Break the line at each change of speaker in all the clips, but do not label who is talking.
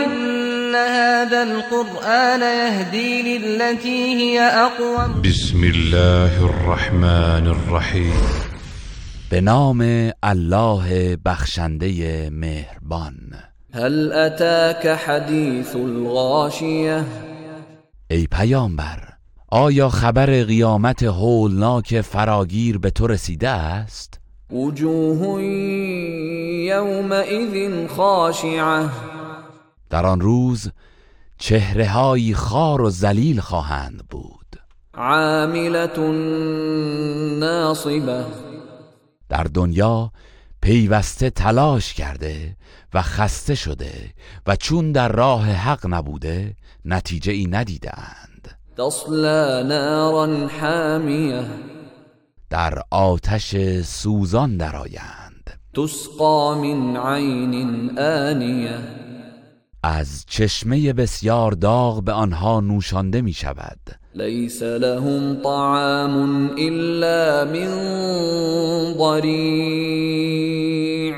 إن هذا القرآن يهدي للتي هي أقوم
بسم الله الرحمن الرحیم
به نام الله بخشنده مهربان
هل أتاك حديث الغاشية
ای پیامبر آیا خبر قیامت هولناک فراگیر به تو رسیده است؟
وجوه يومئذ خاشعة
در آن روز چهره های خار و زلیل خواهند بود
عاملة ناصبة
در دنیا پیوسته تلاش کرده و خسته شده و چون در راه حق نبوده نتیجه ای ندیده اند
تصلى نارا حامية
در آتش سوزان درآیند
تسقى من عين آنية
از چشمه بسیار داغ به آنها نوشانده می شود
ليس لهم طعام إلا من ضريع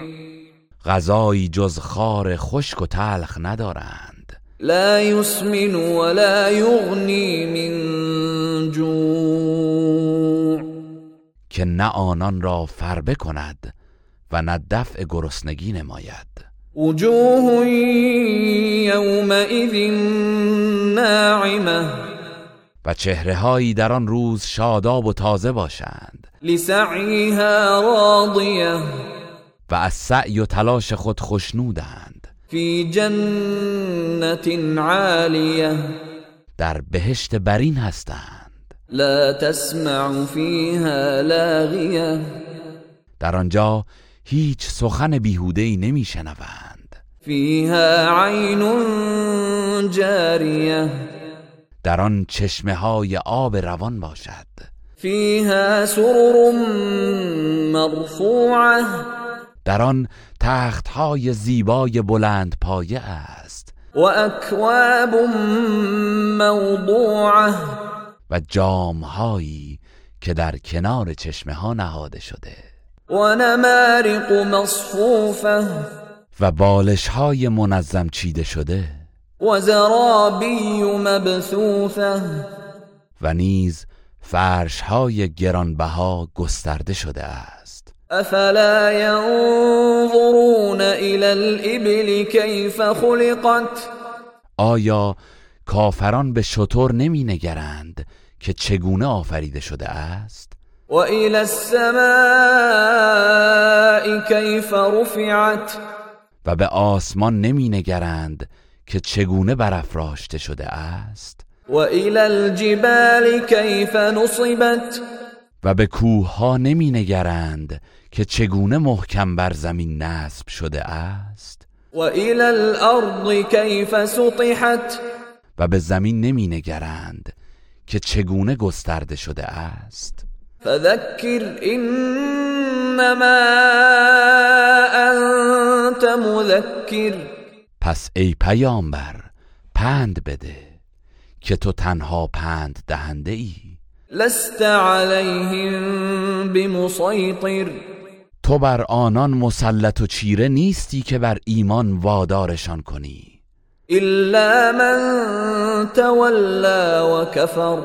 غذایی جز خار خشک و تلخ ندارند
لا يسمن ولا يغني من جوع
که نه آنان را فربه کند و نه دفع گرسنگی نماید
وجوه يومئذ ناعمة
و چهره در آن روز شاداب و تازه باشند
لسعيها راضية
و از سعی و تلاش خود خشنودند
في جنة عالية
در بهشت برین هستند
لا تسمع فيها لاغية
در آنجا هیچ سخن بیهوده ای نمی شنوند
فيها عين جارية
در آن چشمه های آب روان باشد
فيها سرر مرفوعة
در آن تخت های زیبای بلند پایه است
وأكواب موضوعة
و جام هایی که در کنار چشمه ها نهاده شده
ونمارق مصفوفة
و بالش های منظم چیده شده
وزرابي مبثوثة
و نیز فرش های گرانبها گسترده شده است
أفلا ينظرون إلى الإبل كيف خلقت
آیا کافران به شطور نمی نگرند که چگونه آفریده شده است
وإلى السماء كيف رفعت
و به آسمان نمی نگرند که چگونه برافراشته شده است
وإلى الجبال كيف نصبت
و به کوه ها نمی نگرند که چگونه محکم بر زمین نصب شده است
وإلى الأرض كيف سطحت
و به زمین نمی نگرند که چگونه گسترده شده است
فذكر إنما أنت مذكر
پس ای پیامبر پند بده که تو تنها پند دهنده ای
لست عليهم بمسيطر
تو بر آنان مسلط و چیره نیستی که بر ایمان وادارشان کنی
إلا من تولى وكفر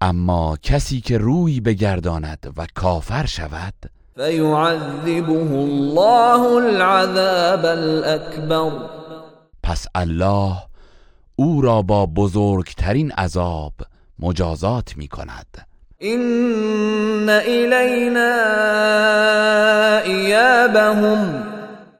اما کسی که روی بگرداند و کافر شود
فيعذبه الله العذاب الأكبر
پس الله او را با بزرگترین عذاب مجازات می کند
إن إلينا إيابهم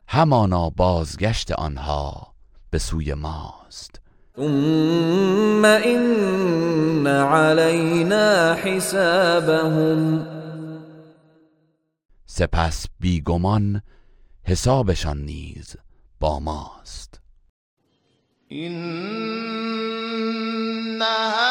همانا بازگشت آنها به سوی ماست
ثم إن علينا حسابهم
سپس بیگمان حسابشان نیز با ماست
إِنَّ إنها